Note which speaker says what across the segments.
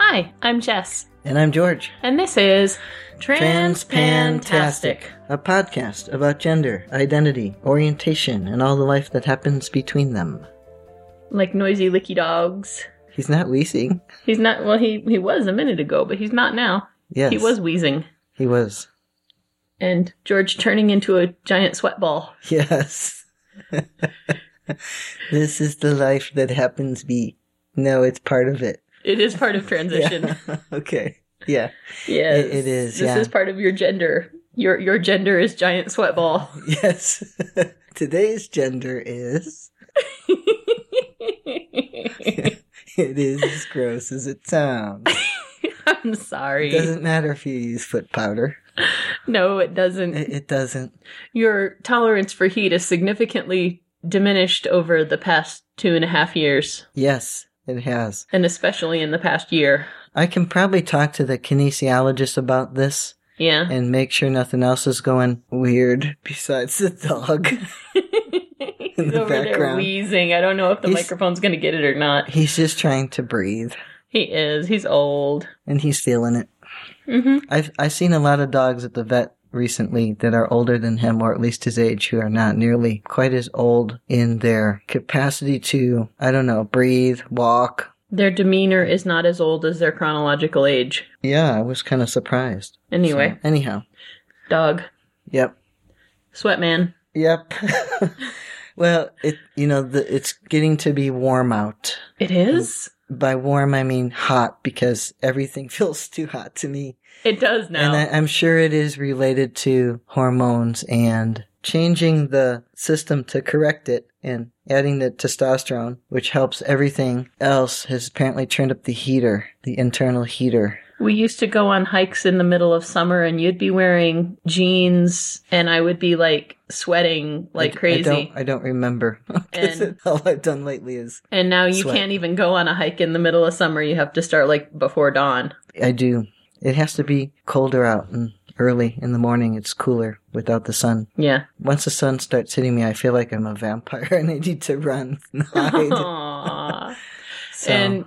Speaker 1: Hi, I'm Jess,
Speaker 2: And I'm George,
Speaker 1: and this is Transpantastic.
Speaker 2: Transpantastic. a podcast about gender, identity, orientation, and all the life that happens between them.
Speaker 1: Like noisy licky dogs.
Speaker 2: He's not wheezing.
Speaker 1: He's not, well, he, he was a minute ago, but he's not now.
Speaker 2: Yes.
Speaker 1: He was wheezing.
Speaker 2: He was.
Speaker 1: And George turning into a giant sweat ball.
Speaker 2: Yes. this is the life that happens be. No, it's part of it.
Speaker 1: It is part of transition.
Speaker 2: Yeah. okay. Yeah.
Speaker 1: Yes.
Speaker 2: It- it is,
Speaker 1: This
Speaker 2: yeah.
Speaker 1: is part of your gender. Your, your gender is giant sweat ball.
Speaker 2: Yes. Today's gender is. It is as gross as it sounds.
Speaker 1: I'm
Speaker 2: It
Speaker 1: sorry.
Speaker 2: doesn't matter if you use foot powder.
Speaker 1: no, it doesn't.
Speaker 2: It, it doesn't.
Speaker 1: Your tolerance for heat is significantly diminished over the past two and a half years,
Speaker 2: Yes, it has.
Speaker 1: and especially in the past year.
Speaker 2: I can probably talk to the kinesiologist about this
Speaker 1: Yeah.
Speaker 2: and make sure nothing else is going weird besides the dog.
Speaker 1: He's
Speaker 2: In the
Speaker 1: over there
Speaker 2: background.
Speaker 1: wheezing. I don't know if the
Speaker 2: He's-
Speaker 1: microphone's going to get it or not.
Speaker 2: He's just trying to breathe
Speaker 1: He is. He's old.
Speaker 2: and he's feeling it.
Speaker 1: hmm
Speaker 2: I've I've seen a lot of dogs at the vet recently that are older than him or at least his age who are not nearly quite as old in their capacity to I don't know, breathe, walk.
Speaker 1: Their demeanor is not as old as their chronological age.
Speaker 2: Yeah, I was kind of surprised.
Speaker 1: Anyway,
Speaker 2: So, anyhow.
Speaker 1: dog,
Speaker 2: Yep.
Speaker 1: sweatman.
Speaker 2: Yep. well, it you know, the, it's getting to be warm out.
Speaker 1: It is.
Speaker 2: by warm I mean hot because everything feels too hot to me.
Speaker 1: It does now.
Speaker 2: And I, I'm sure it is related to hormones and changing the system to correct it and adding the testosterone, which helps everything else, has apparently turned up the heater, the internal heater.
Speaker 1: We used to go on hikes in the middle of summer and you'd be wearing jeans and I would be like sweating like
Speaker 2: I- I
Speaker 1: crazy.
Speaker 2: don't, I don't remember. 'Cause
Speaker 1: And-
Speaker 2: all I've done lately is
Speaker 1: and now you
Speaker 2: sweat.
Speaker 1: can't even go on a hike in the middle of summer. You have to start like before dawn.
Speaker 2: I do. It has to be colder out and early in the morning. It's cooler without the sun.
Speaker 1: Yeah.
Speaker 2: Once the sun starts hitting me, I feel like I'm a vampire and I need to run and hide.
Speaker 1: Aww.
Speaker 2: So,
Speaker 1: And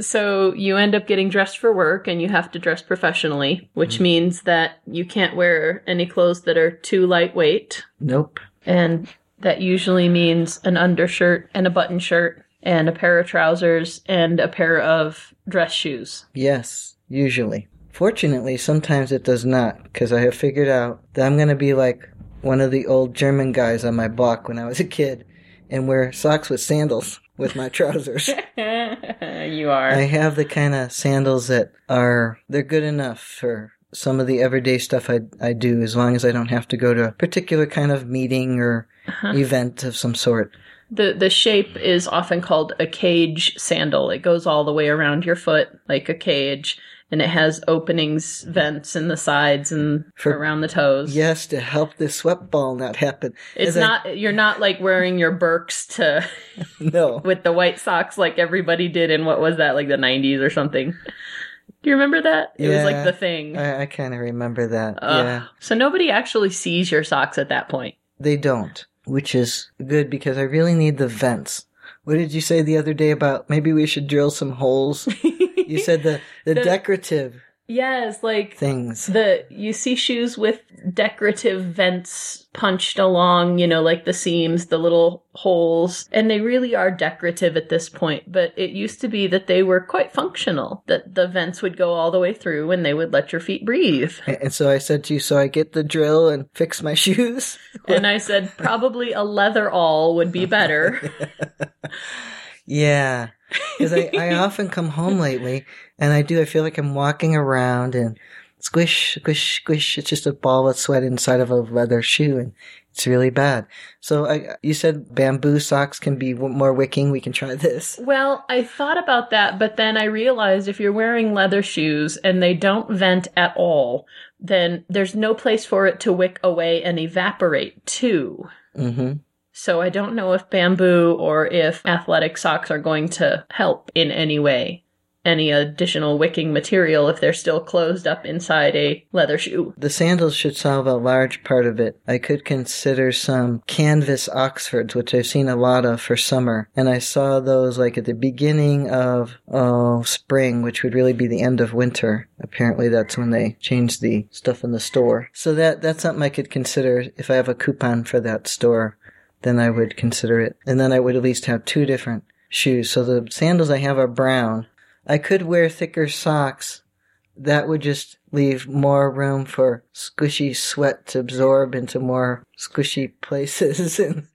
Speaker 1: so you end up getting dressed for work and you have to dress professionally, which means that you can't wear any clothes that are too lightweight.
Speaker 2: nope.
Speaker 1: And that usually means an undershirt and a button shirt and a pair of trousers and a pair of dress shoes.
Speaker 2: Yes, usually. Fortunately, sometimes it does not, because I have figured out that I'm going to be like one of the old German guys on my block when I was a kid and wear socks with sandals with my trousers.
Speaker 1: you are.
Speaker 2: I have the kind of sandals that are they're good enough for some of the everyday stuff I I do as long as I don't have to go to a particular kind of meeting or event of some sort.
Speaker 1: The the shape is often called a cage sandal. It goes all the way around your foot like a cage and it has openings, vents in the sides and
Speaker 2: For-
Speaker 1: around the toes.
Speaker 2: Yes, to help this sweat ball not happen.
Speaker 1: It's
Speaker 2: As I-
Speaker 1: not you're not like wearing your Birks to
Speaker 2: no.
Speaker 1: with the white socks like everybody did in what was that like the 90s or something. Do you remember that? It was like
Speaker 2: Yeah.
Speaker 1: the thing.
Speaker 2: I, I kind of remember that.
Speaker 1: Ugh.
Speaker 2: Yeah,
Speaker 1: So nobody actually sees your socks at that point.
Speaker 2: they don't, which is good because I really need the vents. What did you say the other day about maybe we should drill some holes? you said the the,
Speaker 1: The-
Speaker 2: decorative
Speaker 1: yes, like
Speaker 2: things.
Speaker 1: the you see shoes with decorative vents punched along, you know, like the seams, the little holes, and they really are decorative at this point, but it used to be that they were quite functional. That the vents would go all the way through and they would let your feet breathe.
Speaker 2: A- and so I said to you, so I get the drill and fix my shoes.
Speaker 1: And I said probably a leather all would be better.
Speaker 2: Yeah. Because I, I often come home lately and I do, I feel like I'm walking around and squish, squish, squish. It's just a ball of sweat inside of a leather shoe and it's really bad. So I, you said bamboo socks can be w- more wicking. We can try this.
Speaker 1: Well, I thought about that, but then I realized if you're wearing leather shoes and they don't vent at all, then there's no place for it to wick away and evaporate too.
Speaker 2: hmm
Speaker 1: So I don't know if bamboo or if athletic socks are going to help in any way. any additional wicking material if they're still closed up inside a leather shoe.
Speaker 2: The sandals should solve a large part of it. I could consider some canvas oxfords, which I've seen a lot of for summer. And I saw those like at the beginning of, oh, spring, which would really be the end of winter. Apparently that's when they change the stuff in the store. So that, that's something I could consider if I have a coupon for that store. Then I would consider it. And then I would at least have two different shoes. So the sandals I have are brown. I could wear thicker socks. That would just leave more room for squishy sweat to absorb into more squishy places. and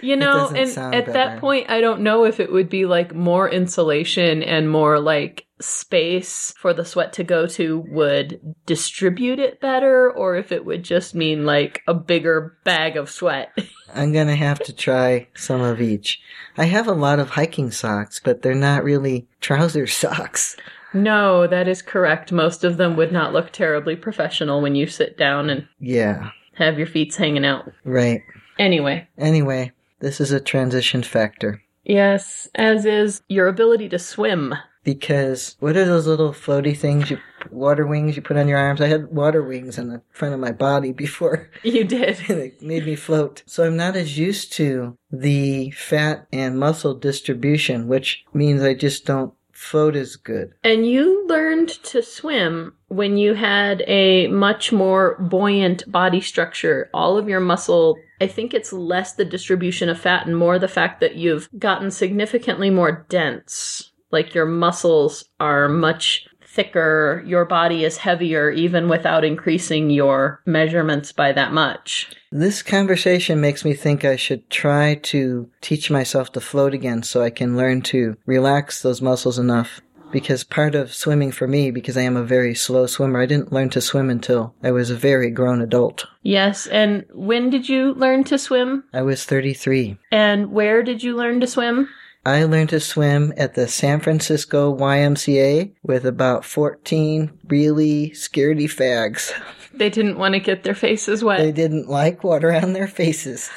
Speaker 1: You know,
Speaker 2: doesn't
Speaker 1: and
Speaker 2: sound
Speaker 1: at
Speaker 2: better.
Speaker 1: that point, I don't know if it would be like more insulation and more like space for the sweat to go to would distribute it better, or if it would just mean like a bigger bag of sweat.
Speaker 2: I'm going to have to try some of each. I have a lot of hiking socks, but they're not really trouser socks.
Speaker 1: no, that is correct. Most of them would not look terribly professional when you sit down and
Speaker 2: Yeah,
Speaker 1: have your feet hanging out.
Speaker 2: right.
Speaker 1: Anyway,
Speaker 2: Anyway, this is a transition factor
Speaker 1: yes, as is your ability to swim.
Speaker 2: because what are those little floaty things you water wings you put on your arms? I had water wings on the front of my body before.
Speaker 1: You did.
Speaker 2: and it made me float. So I'm not as used to the fat and muscle distribution, which means I just don't float as good.
Speaker 1: And you learned to swim when you had a much more buoyant body structure. All of your muscle, I think it's less the distribution of fat and more the fact that you've gotten significantly more dense. Like your muscles are much thicker, your body is heavier, even without increasing your measurements by that much.
Speaker 2: This conversation makes me think I should try to teach myself to float again so I can learn to relax those muscles enough. Because part of swimming for me, because I am a very slow swimmer, I didn't learn to swim until I was a very grown adult.
Speaker 1: Yes. And when did you learn to swim?
Speaker 2: I was 33.
Speaker 1: And where did you learn to swim?
Speaker 2: I learned to swim at the San Francisco YMCA with about 14 really scaredy fags.
Speaker 1: They didn't want to get their faces wet.
Speaker 2: They didn't like water on their faces.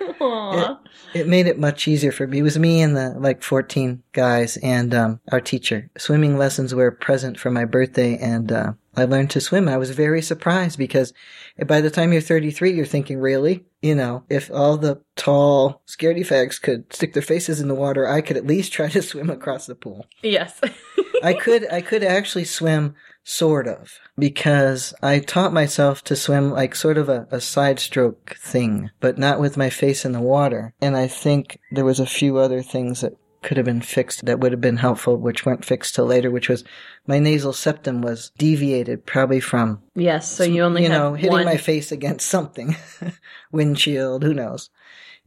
Speaker 1: Aw.
Speaker 2: It made it much easier for me. It was me and the like 14 guys and um, our teacher. Swimming lessons were a present for my birthday and uh, I learned to swim. I was very surprised because by the time you're 33, you're thinking, really? You know, if all the tall scaredy fags could stick their faces in the water, I could at least try to swim across the pool.
Speaker 1: Yes.
Speaker 2: I could I could actually swim sort of because I taught myself to swim like sort of a, a side stroke thing, but not with my face in the water. And I think there was a few other things that could have been fixed that would have been helpful, which weren't fixed till later, which was my nasal septum was deviated probably from
Speaker 1: yes, so you only
Speaker 2: you
Speaker 1: had
Speaker 2: know, hitting
Speaker 1: one.
Speaker 2: my face against something. Windshield, who knows.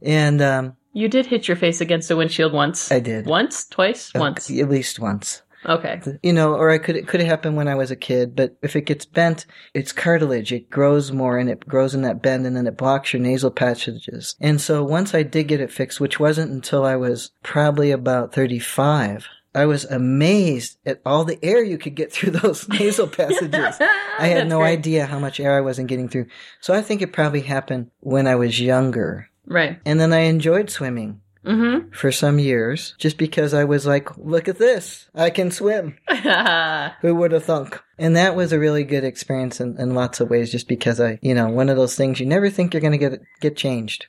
Speaker 2: And um
Speaker 1: you did hit your face against a windshield once.
Speaker 2: I did.
Speaker 1: Once? Twice? Once.
Speaker 2: At least once.
Speaker 1: Okay.
Speaker 2: you know, or I could it could have happened when I was a kid, but if it gets bent, it's cartilage. It grows more and it grows in that bend and then it blocks your nasal passages. And so once I did get it fixed, which wasn't until I was probably about 35, I was amazed at all the air you could get through those nasal passages. I had
Speaker 1: That's
Speaker 2: no
Speaker 1: great.
Speaker 2: idea how much air I wasn't getting through. So I think it probably happened when I was younger.
Speaker 1: Right.
Speaker 2: And then I enjoyed swimming
Speaker 1: Mm
Speaker 2: for some years just because I was like, look at this. I can swim.
Speaker 1: hmm.
Speaker 2: Who would have thunk? And that was a really good experience in, in lots of ways, just because I, you know, one of those things you never think you're going to get get changed.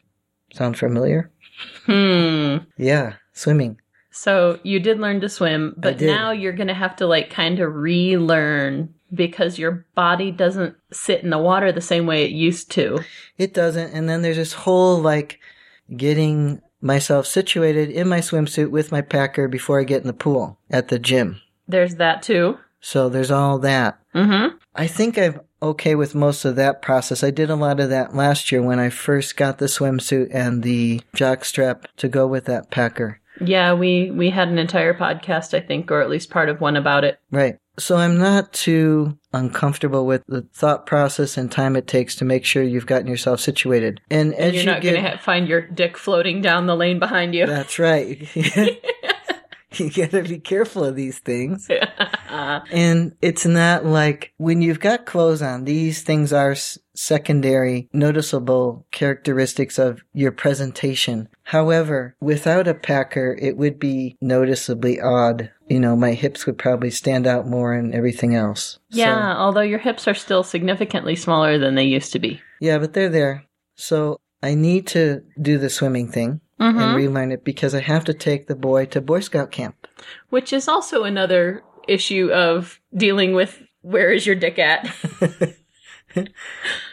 Speaker 2: Sound familiar?
Speaker 1: hmm.
Speaker 2: Yeah, swimming.
Speaker 1: So you did learn to swim, but
Speaker 2: did.
Speaker 1: now you're going to have to like kind of relearn because your body doesn't sit in the water the same way it used to.
Speaker 2: It doesn't. And then there's this whole like getting myself situated in my swimsuit with my packer before I get in the pool at the gym.
Speaker 1: There's that too.
Speaker 2: So there's all that.
Speaker 1: Mm hmm.
Speaker 2: I think I'm okay with most of that process. I did a lot of that last year when I first got the swimsuit and the jockstrap to go with that packer.
Speaker 1: Yeah, we we had an entire podcast, I think, or at least part of one about it.
Speaker 2: Right. So I'm not too uncomfortable with the thought process and time it takes to make sure you've gotten yourself situated. And as
Speaker 1: And you're
Speaker 2: you
Speaker 1: not
Speaker 2: get,
Speaker 1: going to ha- find your dick floating down the lane behind you.
Speaker 2: that's right. you gotta be careful of these things.
Speaker 1: yeah.
Speaker 2: And it's not like when you've got clothes on, these things are s- secondary noticeable characteristics of your presentation. However, without a packer, it would be noticeably odd. You know, my hips would probably stand out more and everything else. So-
Speaker 1: Yeah, although your hips are still significantly smaller than they used to be.
Speaker 2: yeah, but they're there. So I need to do the swimming thing and
Speaker 1: hmm
Speaker 2: relearn it because I have to take the boy to Boy Scout camp.
Speaker 1: Which is also another issue of dealing with where is your dick at?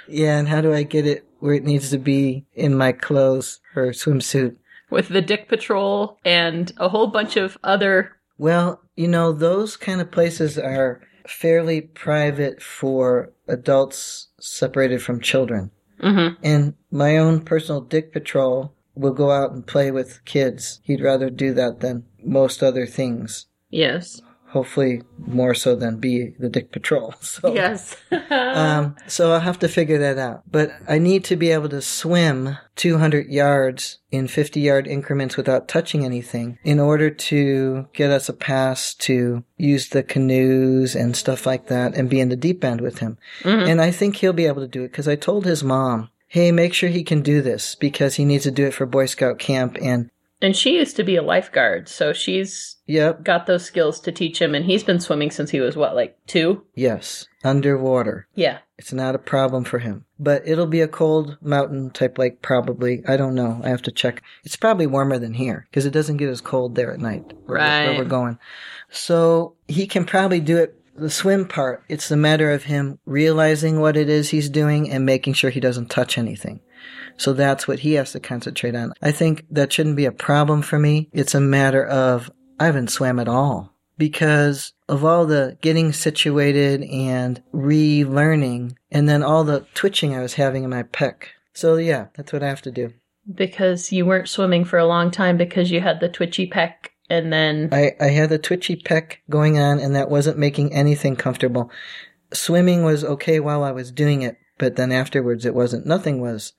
Speaker 2: Yeah, and how do I get it where it needs to be in my clothes or swimsuit?
Speaker 1: with the Dick Patrol and a whole bunch of other.
Speaker 2: Well, you know, those kind of places are fairly private for adults separated from children.
Speaker 1: Mhm.
Speaker 2: And my own personal dick patrol will go out and play with kids. He'd rather do that than most other things.
Speaker 1: Yes.
Speaker 2: Hopefully, more so than be the dick patrol. So,
Speaker 1: Yes.
Speaker 2: Um, so I'll have to figure that out. But I need to be able to swim 200 yards in 50 yard increments without touching anything in order to get us a pass to use the canoes and stuff like that and be in the deep end with him.
Speaker 1: Mhm.
Speaker 2: And I think he'll be able to do it because I told his mom, hey, make sure he can do this because he needs to do it for Boy Scout camp. And
Speaker 1: and she used to be a lifeguard, so she's
Speaker 2: yep,
Speaker 1: got those skills to teach him, and he's been swimming since he was, what, like two?
Speaker 2: yes, underwater.
Speaker 1: Yeah.
Speaker 2: It's not a problem for him. But it'll be a cold mountain type lake, probably. I don't know. I have to check. It's probably warmer than here because it doesn't get as cold there at night where, we're-
Speaker 1: Right.
Speaker 2: where we're going. So he can probably do it. The swim part, it's a matter of him realizing what it is he's doing and making sure he doesn't touch anything. So that's what he has to concentrate on. I think that shouldn't be a problem for me. It's a matter of I haven't swam at all because of all the getting situated and relearning and then all the twitching I was having in my pec. So yeah, that's what I have to do.
Speaker 1: Because you weren't swimming for a long time because you had the twitchy peck, and then.
Speaker 2: I, I had the twitchy pec going on and that wasn't making anything comfortable. Swimming was okay while I was doing it, but then afterwards it wasn't. Nothing was.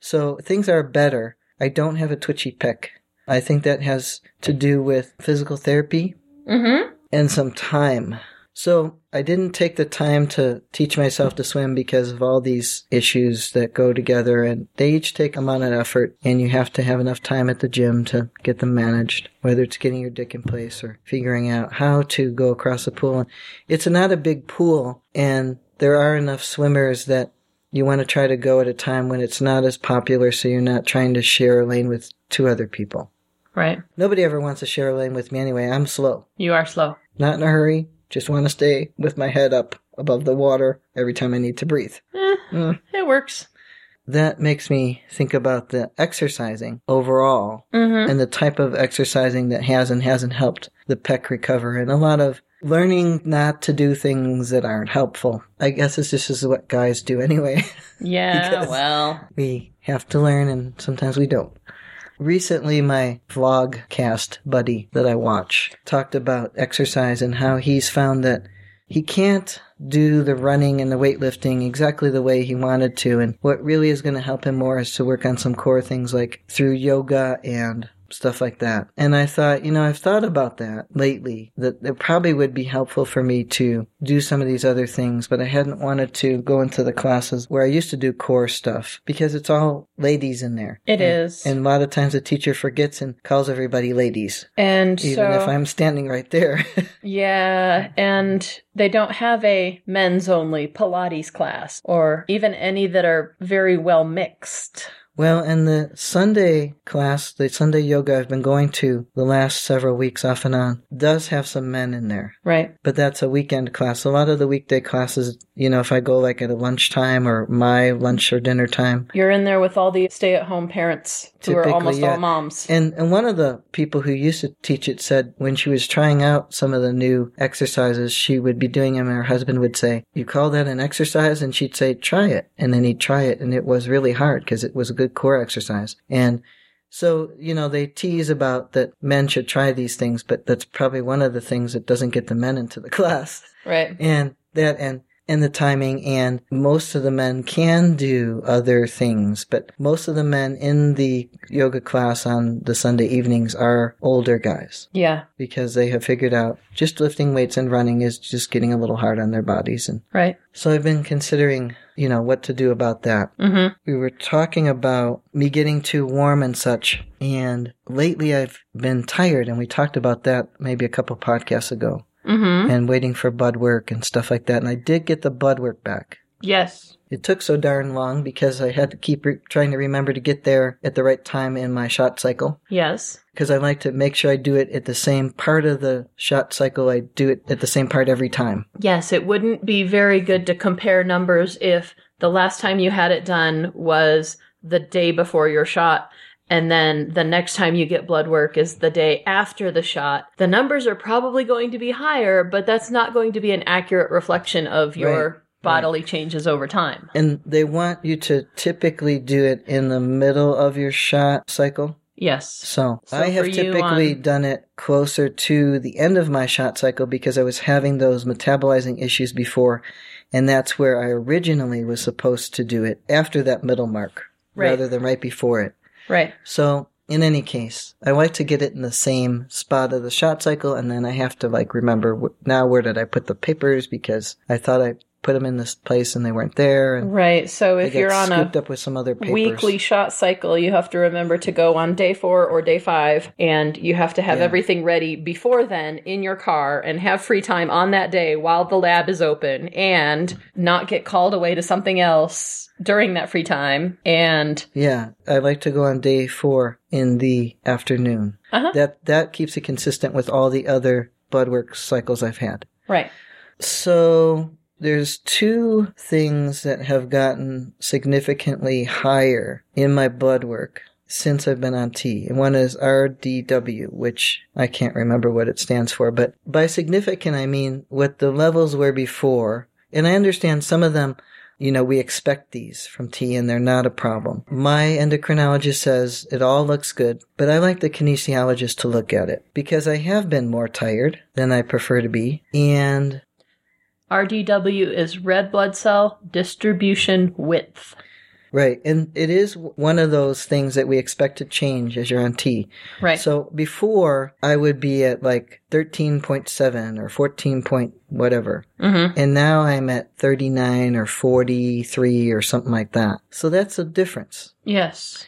Speaker 2: So things are better. I don't have a twitchy pec. I think that has to do with physical therapy
Speaker 1: Mhm.
Speaker 2: and some time. So I didn't take the time to teach myself to swim because of all these issues that go together and they each take a amount of effort and you have to have enough time at the gym to get them managed, whether it's getting your dick in place or figuring out how to go across the pool. And it's not a big pool and there are enough swimmers that you want to try to go at a time when it's not as popular so you're not trying to share a lane with two other people.
Speaker 1: Right.
Speaker 2: Nobody ever wants to share a lane with me anyway. I'm slow
Speaker 1: You are slow.
Speaker 2: not in a hurry. Just want to stay with my head up above the water every time I need to breathe.
Speaker 1: Eh,
Speaker 2: Mm.
Speaker 1: It works.
Speaker 2: That makes me think about the exercising overall
Speaker 1: Mm-hmm.
Speaker 2: and the type of exercising that has and hasn't helped the pec recover and a lot of learning not to do things that aren't helpful. I guess this just is what guys do anyway.
Speaker 1: Yeah,
Speaker 2: Because-
Speaker 1: well.
Speaker 2: we have to learn and sometimes we don't. Recently, my vlogcast buddy that I watch talked about exercise and how he's found that he can't do the running and the weightlifting exactly the way he wanted to. And what really is going to help him more is to work on some core things like through yoga and stuff like that. And I thought, you know, I've thought about that lately, that it probably would be helpful for me to do some of these other things, but I hadn't wanted to go into the classes where I used to do core stuff because it's all ladies in there.
Speaker 1: It
Speaker 2: It
Speaker 1: is.
Speaker 2: is, and, a lot of times the teacher forgets and calls everybody ladies,
Speaker 1: And
Speaker 2: even
Speaker 1: so.
Speaker 2: if I'm standing right there.
Speaker 1: Yeah, and they don't have a men's only Pilates class or even any that are very well mixed.
Speaker 2: Well, and the Sunday class, the Sunday yoga I've been going to the last several weeks off and on, does have some men in there.
Speaker 1: Right.
Speaker 2: But that's a weekend class. A lot of the weekday classes, you know, if I go like at a lunchtime or my lunch or dinner time.
Speaker 1: You're in there with all the stay at home parents who are
Speaker 2: Typically,
Speaker 1: almost
Speaker 2: yeah.
Speaker 1: all moms.
Speaker 2: And, and one of the people who used to teach it said when she was trying out some of the new exercises, she would be doing them and her husband would say, you call that an exercise? And she'd say, try it. And then he'd try it. And it was really hard because it was a good core exercise. And So, you know, they tease about that men should try these things, but that's probably one of the things that doesn't get the men into the class.
Speaker 1: Right.
Speaker 2: And that and and the timing and most of the men can do other things, but most of the men in the yoga class on the Sunday evenings are older guys
Speaker 1: Yeah.
Speaker 2: because they have figured out just lifting weights and running is just getting a little hard on their bodies and
Speaker 1: Right.
Speaker 2: so I've been considering you know, what to do about that.
Speaker 1: Mm-hmm.
Speaker 2: We were talking about me getting too warm and such. And lately I've been tired and we talked about that maybe a couple podcasts ago
Speaker 1: Mm-hmm.
Speaker 2: and waiting for bud work and stuff like that. And I did get the bud work back.
Speaker 1: Yes.
Speaker 2: It took so darn long because I had to keep re- trying to remember to get there at the right time in my shot cycle.
Speaker 1: Yes.
Speaker 2: Because I like to make sure I do it at the same part of the shot cycle. I do it at the same part every time.
Speaker 1: Yes, it wouldn't be very good to compare numbers if the last time you had it done was the day before your shot, and then the next time you get blood work is the day after the shot. The numbers are probably going to be higher, but that's not going to be an accurate reflection of your bodily changes over time.
Speaker 2: And they want you to typically do it in the middle of your shot cycle.
Speaker 1: Yes.
Speaker 2: So,
Speaker 1: So
Speaker 2: I have
Speaker 1: for you,
Speaker 2: typically
Speaker 1: um,
Speaker 2: done it closer to the end of my shot cycle because I was having those metabolizing issues before. And that's where I originally was supposed to do it after that middle mark
Speaker 1: Right.
Speaker 2: rather than right before it.
Speaker 1: Right.
Speaker 2: So, in any case, I like to get it in the same spot of the shot cycle, and then I have to like remember wh- now where did I put the papers because I thought I put them in this place and they weren't there, and
Speaker 1: Right. So
Speaker 2: they
Speaker 1: if
Speaker 2: got
Speaker 1: you're on a
Speaker 2: scooped up with some other papers.
Speaker 1: weekly shot cycle, you have to remember to go on day four or day five, and you have to have
Speaker 2: Yeah.
Speaker 1: everything ready before then in your car and have free time on that day while the lab is open and not get called away to something else during that free time. And
Speaker 2: Yeah, I like to go on day four in the afternoon.
Speaker 1: Uh-huh.
Speaker 2: That that keeps it consistent with all the other blood work cycles I've had.
Speaker 1: right,
Speaker 2: So there's two things that have gotten significantly higher in my blood work since I've been on T. And one is RDW, which I can't remember what it stands for, but by significant I mean what the levels were before. And I understand some of them, you know, we expect these from T and they're not a problem. My endocrinologist says it all looks good, but I like the kinesiologist to look at it because I have been more tired than I prefer to be. And
Speaker 1: RDW is red blood cell distribution width.
Speaker 2: Right. And it is one of those things that we expect to change as you're on T.
Speaker 1: Right.
Speaker 2: So before I would be at like 13.7 or 14 point whatever.
Speaker 1: mm-hmm.
Speaker 2: And now I'm at 39 or 43 or something like that. So that's a difference.
Speaker 1: Yes.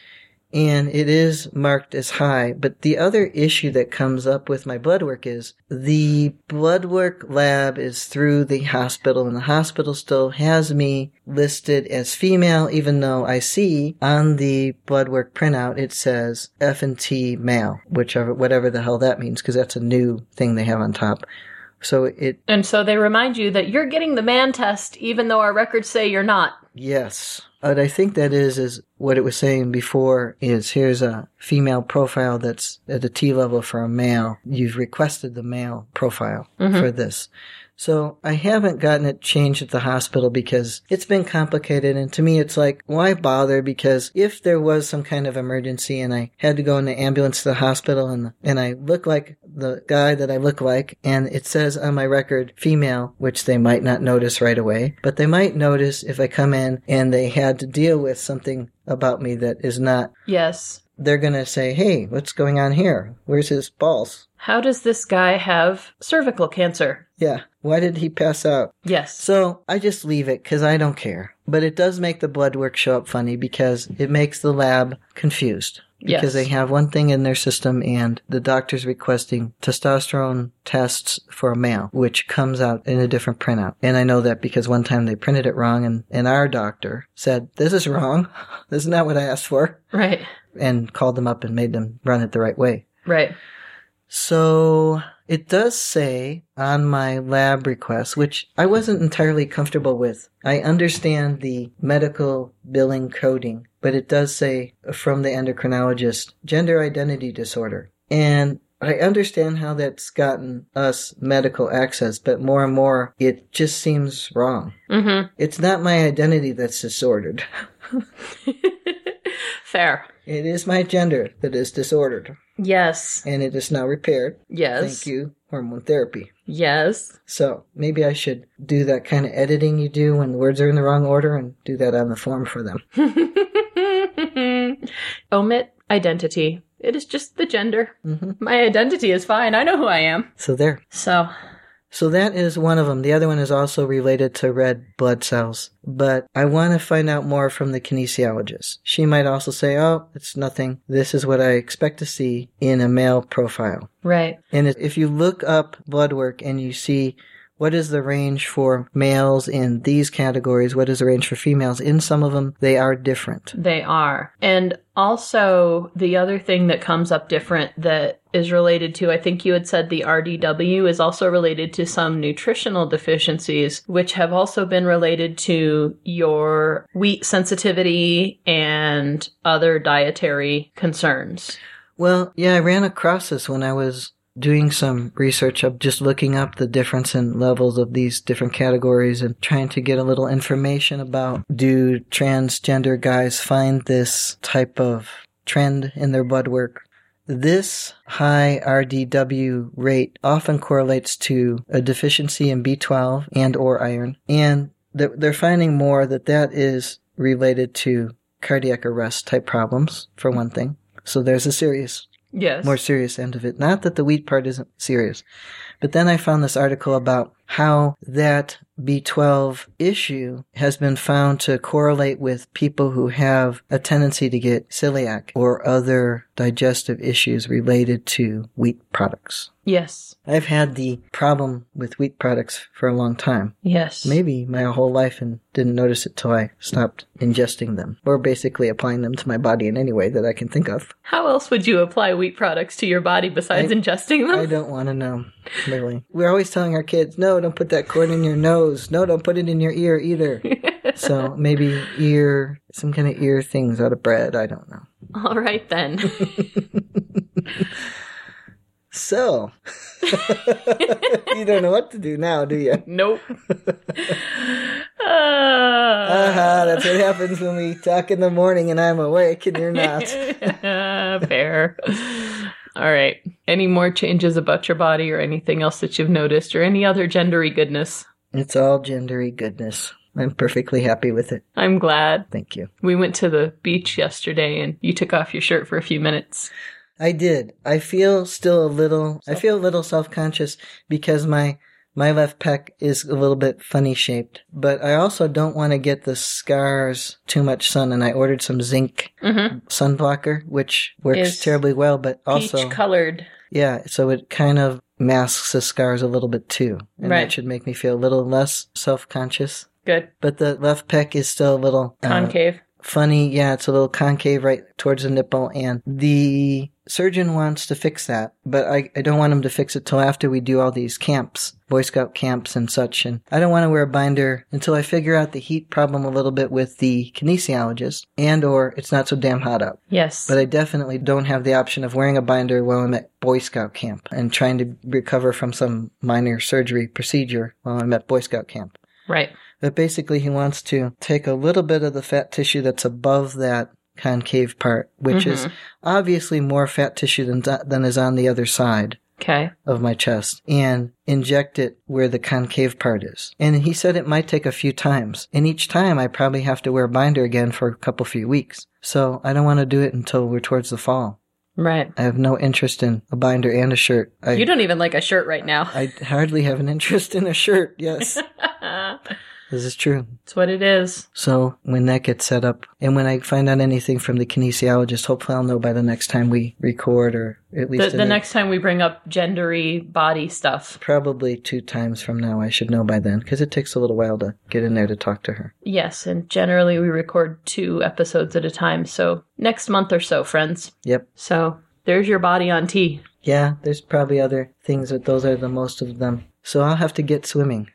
Speaker 2: And it is marked as high. But the other issue that comes up with my blood work is the blood work lab is through the hospital and the hospital still has me listed as female, even though I see on the blood work printout, it says F and T male, whichever, whatever the hell that means, because that's a new thing they have on top. So it,
Speaker 1: And so they remind you that you're getting the man test, even though our records say you're not.
Speaker 2: Yes. What I think that is is what it was saying before is here's a female profile that's at the T level for a male. You've requested the male profile
Speaker 1: Mhm.
Speaker 2: for this. So I haven't gotten it changed at the hospital because it's been complicated and to me it's like why bother because if there was some kind of emergency and I had to go in the ambulance to the hospital and and I look like the guy that I look like and it says on my record female which they might not notice right away but they might notice if I come in and they had to deal with something about me that is not
Speaker 1: Yes.
Speaker 2: they're going to say hey what's going on here where's his balls
Speaker 1: How does this guy have cervical cancer?
Speaker 2: yeah why did he pass out
Speaker 1: Yes.
Speaker 2: So I just leave it because I don't care. But it does make the blood work show up funny because it makes the lab confused.
Speaker 1: Yes.
Speaker 2: Because they have one thing in their system and the doctor's requesting testosterone tests for a male, which comes out in a different printout. And I know that because one time they printed it wrong and, and our doctor said, this is wrong. This is not what I asked for.
Speaker 1: Right.
Speaker 2: And called them up and made them run it the right way.
Speaker 1: Right.
Speaker 2: So it does say on my lab request, which I wasn't entirely comfortable with. I understand the medical billing coding, but it does say from the endocrinologist gender identity disorder. And I understand how that's gotten us medical access, but more and more it just seems wrong.
Speaker 1: Mm-hmm.
Speaker 2: It's not my identity that's disordered.
Speaker 1: Fair.
Speaker 2: It is my gender that is disordered,
Speaker 1: Yes.
Speaker 2: and it is now repaired.
Speaker 1: Yes.
Speaker 2: Thank you, hormone therapy.
Speaker 1: Yes.
Speaker 2: So maybe I should do that kind of editing you do when the words are in the wrong order and do that on the form for them.
Speaker 1: Omit identity. It is just the gender.
Speaker 2: hmm
Speaker 1: My identity is fine. I know who I am.
Speaker 2: So there.
Speaker 1: So
Speaker 2: So that is one of them. The other one is also related to red blood cells, but I want to find out more from the kinesiologist. She might also say, oh, it's nothing. This is what I expect to see in a male profile.
Speaker 1: Right.
Speaker 2: And if- if you look up blood work and you see what is the range for males in these categories, what is the range for females, in some of them, they are different.
Speaker 1: They are. And also, the other thing that comes up different that is related to, I think you had said the RDW is also related to some nutritional deficiencies, which have also been related to your wheat sensitivity and other dietary concerns.
Speaker 2: Well, yeah, I ran across this when I was doing some research of just looking up the difference in levels of these different categories and trying to get a little information about do transgender guys find this type of trend in their blood work. This high RDW rate often correlates to a deficiency in B12 and or iron and they're they're finding more that that is related to cardiac arrest type problems for one thing. So there's a serious
Speaker 1: Yes.
Speaker 2: more serious end of it. Not that the wheat part isn't serious. But then I found this article about how that B12 issue has been found to correlate with people who have a tendency to get celiac or other digestive issues related to wheat products.
Speaker 1: yes.
Speaker 2: I've had the problem with wheat products for a long time.
Speaker 1: Yes.
Speaker 2: Maybe my whole life and didn't notice it till I stopped ingesting them or basically applying them to my body in any way that I can think of.
Speaker 1: How else would you apply wheat products to your body besides
Speaker 2: I-
Speaker 1: ingesting
Speaker 2: I
Speaker 1: them?
Speaker 2: don't want to know, really. We're always telling our kids, no, don't put that corn in your nose. No, don't put it in your ear either. so maybe ear, some kind of ear things out of bread. I don't know.
Speaker 1: All right then.
Speaker 2: So, you don't know what to do now, do you?
Speaker 1: nope. Uh,
Speaker 2: Uh-huh, that's what happens when we talk in the morning and I'm awake and you're not.
Speaker 1: Fair. All right. Any more changes about your body or anything else that you've noticed or any other gendery goodness?
Speaker 2: It's all gendery goodness. I'm perfectly happy with it.
Speaker 1: I'm glad.
Speaker 2: Thank you.
Speaker 1: We went to the beach yesterday and you took off your shirt for a few minutes.
Speaker 2: I did. I feel still a little. I feel a little self-conscious because my my left pec is a little bit funny shaped. But I also don't want to get the scars too much sun, and I ordered some zinc
Speaker 1: Mm-hmm.
Speaker 2: sun blocker, which works
Speaker 1: Is
Speaker 2: terribly well. But also,
Speaker 1: Peach colored.
Speaker 2: yeah, so it kind of masks the scars a little bit too, and
Speaker 1: Right.
Speaker 2: that should make me feel a little less self-conscious.
Speaker 1: Good.
Speaker 2: But the left pec is still a little uh,
Speaker 1: Concave.
Speaker 2: funny. Yeah, it's a little concave right towards the nipple, and the surgeon wants to fix that, but I, I don't want him to fix it till after we do all these camps, Boy Scout camps and such. And I don't want to wear a binder until I figure out the heat problem a little bit with the kinesiologist, and or it's not so damn hot out.
Speaker 1: yes.
Speaker 2: But I definitely don't have the option of wearing a binder while I'm at Boy Scout camp and trying to recover from some minor surgery procedure while I'm at Boy Scout camp
Speaker 1: right.
Speaker 2: that basically he wants to take a little bit of the fat tissue that's above that concave part, which is
Speaker 1: Mhm.
Speaker 2: obviously more fat tissue than, than is on the other side
Speaker 1: Okay.
Speaker 2: of my chest, and inject it where the concave part is. And he said it might take a few times, and each time I probably have to wear a binder again for a couple few weeks. So I don't want to do it until we're towards the fall.
Speaker 1: Right.
Speaker 2: I have no interest in a binder and a shirt. I,
Speaker 1: You don't even like a shirt right now.
Speaker 2: I hardly have an interest in a shirt. Yes,
Speaker 1: That's
Speaker 2: this is true.
Speaker 1: what it is.
Speaker 2: So when that gets set up, and when I find out anything from the kinesiologist, hopefully I'll know by the next time we record, or at least
Speaker 1: The,
Speaker 2: in
Speaker 1: the next time we bring up gendery body stuff.
Speaker 2: probably two times from now. I should know by then because it takes a little while to get in there to talk to her.
Speaker 1: Yes, and generally we record two episodes at a time. So next month or so, friends.
Speaker 2: Yep.
Speaker 1: So there's your body on tea.
Speaker 2: Yeah, there's probably other things, but those are the most of them. So I'll have to get swimming.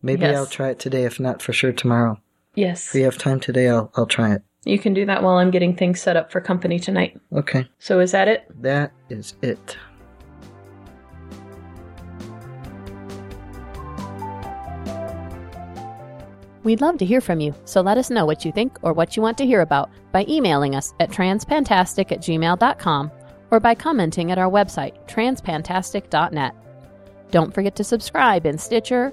Speaker 2: Maybe
Speaker 1: Yes.
Speaker 2: I'll try it today, if not for sure tomorrow.
Speaker 1: Yes.
Speaker 2: If we have time today, I'll I'll try it.
Speaker 1: You can do that while I'm getting things set up for company tonight.
Speaker 2: Okay,
Speaker 1: So is that it?
Speaker 2: that is it.
Speaker 3: We'd love to hear from you, so let us know what you think or what you want to hear about by emailing us at transpantastic at gmail.com or by commenting at our website, transpantastic.net. Don't forget to subscribe in Stitcher,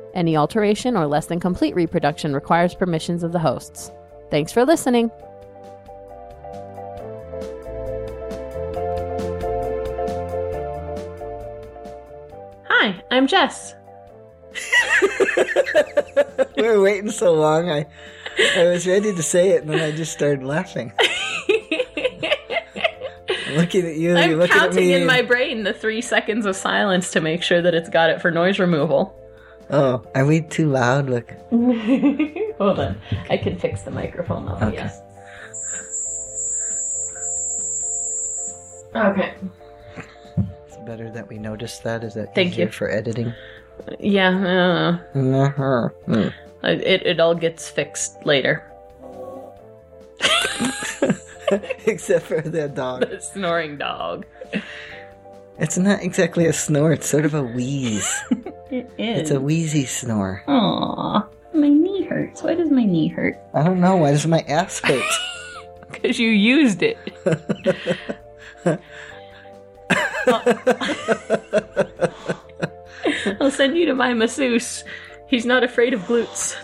Speaker 3: Any alteration or less than complete reproduction requires permissions of the hosts. Thanks for listening.
Speaker 1: Hi, I'm Jess.
Speaker 2: we were waiting so long. I, I was ready to say it, and then I just started laughing. I'm looking at you, you're
Speaker 1: I'm
Speaker 2: looking at
Speaker 1: counting
Speaker 2: me.
Speaker 1: in my brain the three seconds of silence to make sure that it's got it for noise removal.
Speaker 2: oh, are we too loud? Look,
Speaker 1: Hold on. I can fix the microphone level,
Speaker 2: Okay.
Speaker 1: yes. Okay.
Speaker 2: it's better that we noticed that. Is that
Speaker 1: Thank
Speaker 2: easier
Speaker 1: you.
Speaker 2: for editing?
Speaker 1: Yeah,
Speaker 2: Uh-huh. Hmm.
Speaker 1: uh, it, it all gets fixed later.
Speaker 2: Except for the dog.
Speaker 1: The snoring dog.
Speaker 2: It's not exactly a snore. It's sort of a wheeze.
Speaker 1: It
Speaker 2: it's a wheezy snore.
Speaker 1: Aww. My knee hurts. Why does my knee hurt?
Speaker 2: I don't know. Why does my ass hurt?
Speaker 1: Because you used it. I'll send you to my masseuse. He's not afraid of glutes.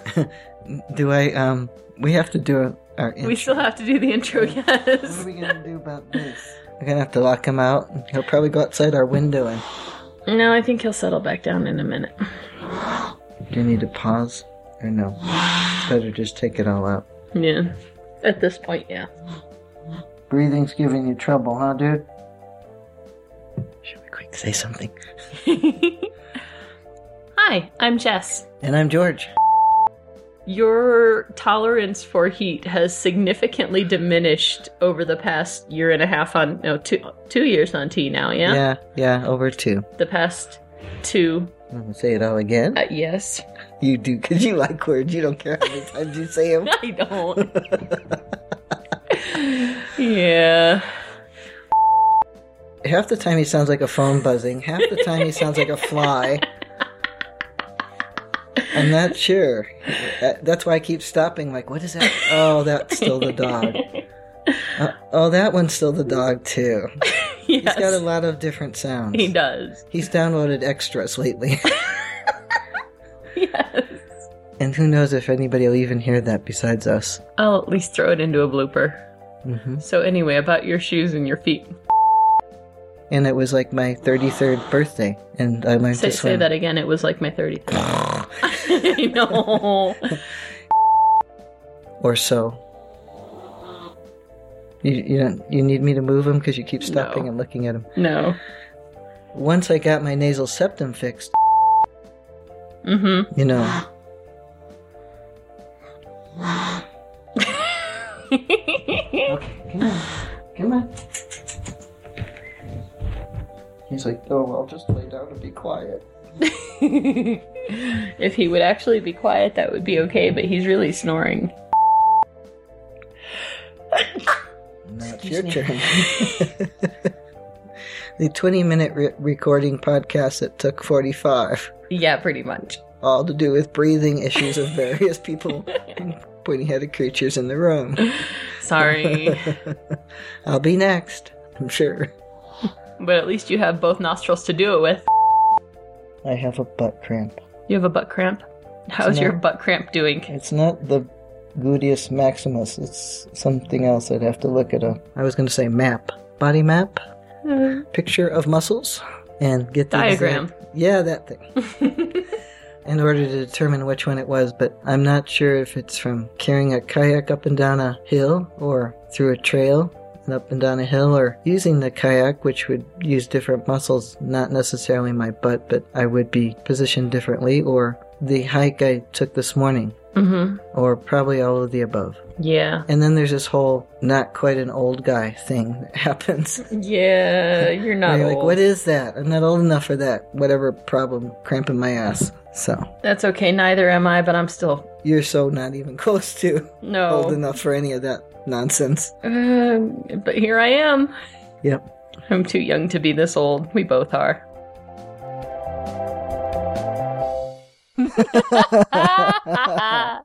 Speaker 2: do I? Um, we have to do a, our.
Speaker 1: We still have to do the intro,
Speaker 2: What are
Speaker 1: yes.
Speaker 2: we gonna do about this? We're gonna have to lock him out. He'll probably go outside our window and.
Speaker 1: No, I think he'll settle back down in a minute.
Speaker 2: Do you need to pause? Or no? It's better just take it all out.
Speaker 1: Yeah. At this point, yeah.
Speaker 2: Breathing's giving you trouble, huh, dude? Should we quick say something?
Speaker 1: Hi, I'm Jess.
Speaker 2: And I'm George.
Speaker 1: Your tolerance for heat has significantly diminished over the past year and a half on no two two years on tea now, yeah?
Speaker 2: Yeah, yeah, over two.
Speaker 1: The past two
Speaker 2: I'm gonna say it all again.
Speaker 1: uh, yes.
Speaker 2: You do, because you like words. You don't care how many times you say them.
Speaker 1: I don't. yeah.
Speaker 2: Half the time he sounds like a phone buzzing, half the time he sounds like a fly. I'm not sure. That- That's why I keep stopping. Like, what is that? Oh, that's still the dog. Uh, oh, that one's still the dog, too.
Speaker 1: Yes.
Speaker 2: He's got a lot of different sounds.
Speaker 1: he does.
Speaker 2: He's downloaded extras lately.
Speaker 1: Yes.
Speaker 2: and who knows if anybody will even hear that besides us.
Speaker 1: I'll at least throw it into a blooper.
Speaker 2: hmm
Speaker 1: So anyway, about your shoes and your feet.
Speaker 2: And it was like my 33rd birthday, and I learned
Speaker 1: Say,
Speaker 2: to
Speaker 1: say
Speaker 2: swim.
Speaker 1: that again. It was like my 30th. I know.
Speaker 2: or so. You, you, don't, you need me to move him because you keep stopping
Speaker 1: No.
Speaker 2: and looking at him.
Speaker 1: No.
Speaker 2: Once I got my nasal septum fixed,
Speaker 1: Mm-hmm.
Speaker 2: you know, come on. He's like, oh, well, just lay down and be quiet.
Speaker 1: if he would actually be quiet, that would be okay, but he's really snoring.
Speaker 2: Now it's your turn. the 20 minute re- recording podcast that took 45,
Speaker 1: Yeah, pretty much.
Speaker 2: all to do with breathing issues of various people, pointing headed creatures in the room.
Speaker 1: Sorry.
Speaker 2: I'll be next, I'm sure.
Speaker 1: but at least you have both nostrils to do it with.
Speaker 2: I have a butt cramp.
Speaker 1: You have a butt cramp? How's
Speaker 2: No.
Speaker 1: your butt cramp doing?
Speaker 2: It's not the gluteus maximus, it's something else. I'd have to look at a. I was going to say map. Body map? Picture of muscles? And get the exact-
Speaker 1: Diagram.
Speaker 2: yeah, that thing. in order to determine which one it was, but I'm not sure if it's from carrying a kayak up and down a hill or through a trail and up and down a hill or using the kayak, which would use different muscles, not necessarily my butt, but I would be positioned differently, or the hike I took this morning,
Speaker 1: mm-hmm.
Speaker 2: or probably all of the above.
Speaker 1: Yeah.
Speaker 2: And then there's this whole not quite an old guy thing that happens.
Speaker 1: Yeah, you're not
Speaker 2: Where you're
Speaker 1: old.
Speaker 2: like, what is that? I'm not old enough for that. Whatever problem cramping my ass. So
Speaker 1: That's okay, neither am I, but I'm still.
Speaker 2: you're so not even close to
Speaker 1: No. Uh,
Speaker 2: old enough for any of that nonsense.
Speaker 1: Um, but here I am.
Speaker 2: Yep.
Speaker 1: I'm too young to be this old. We both are. Ah.
Speaker 3: Bye.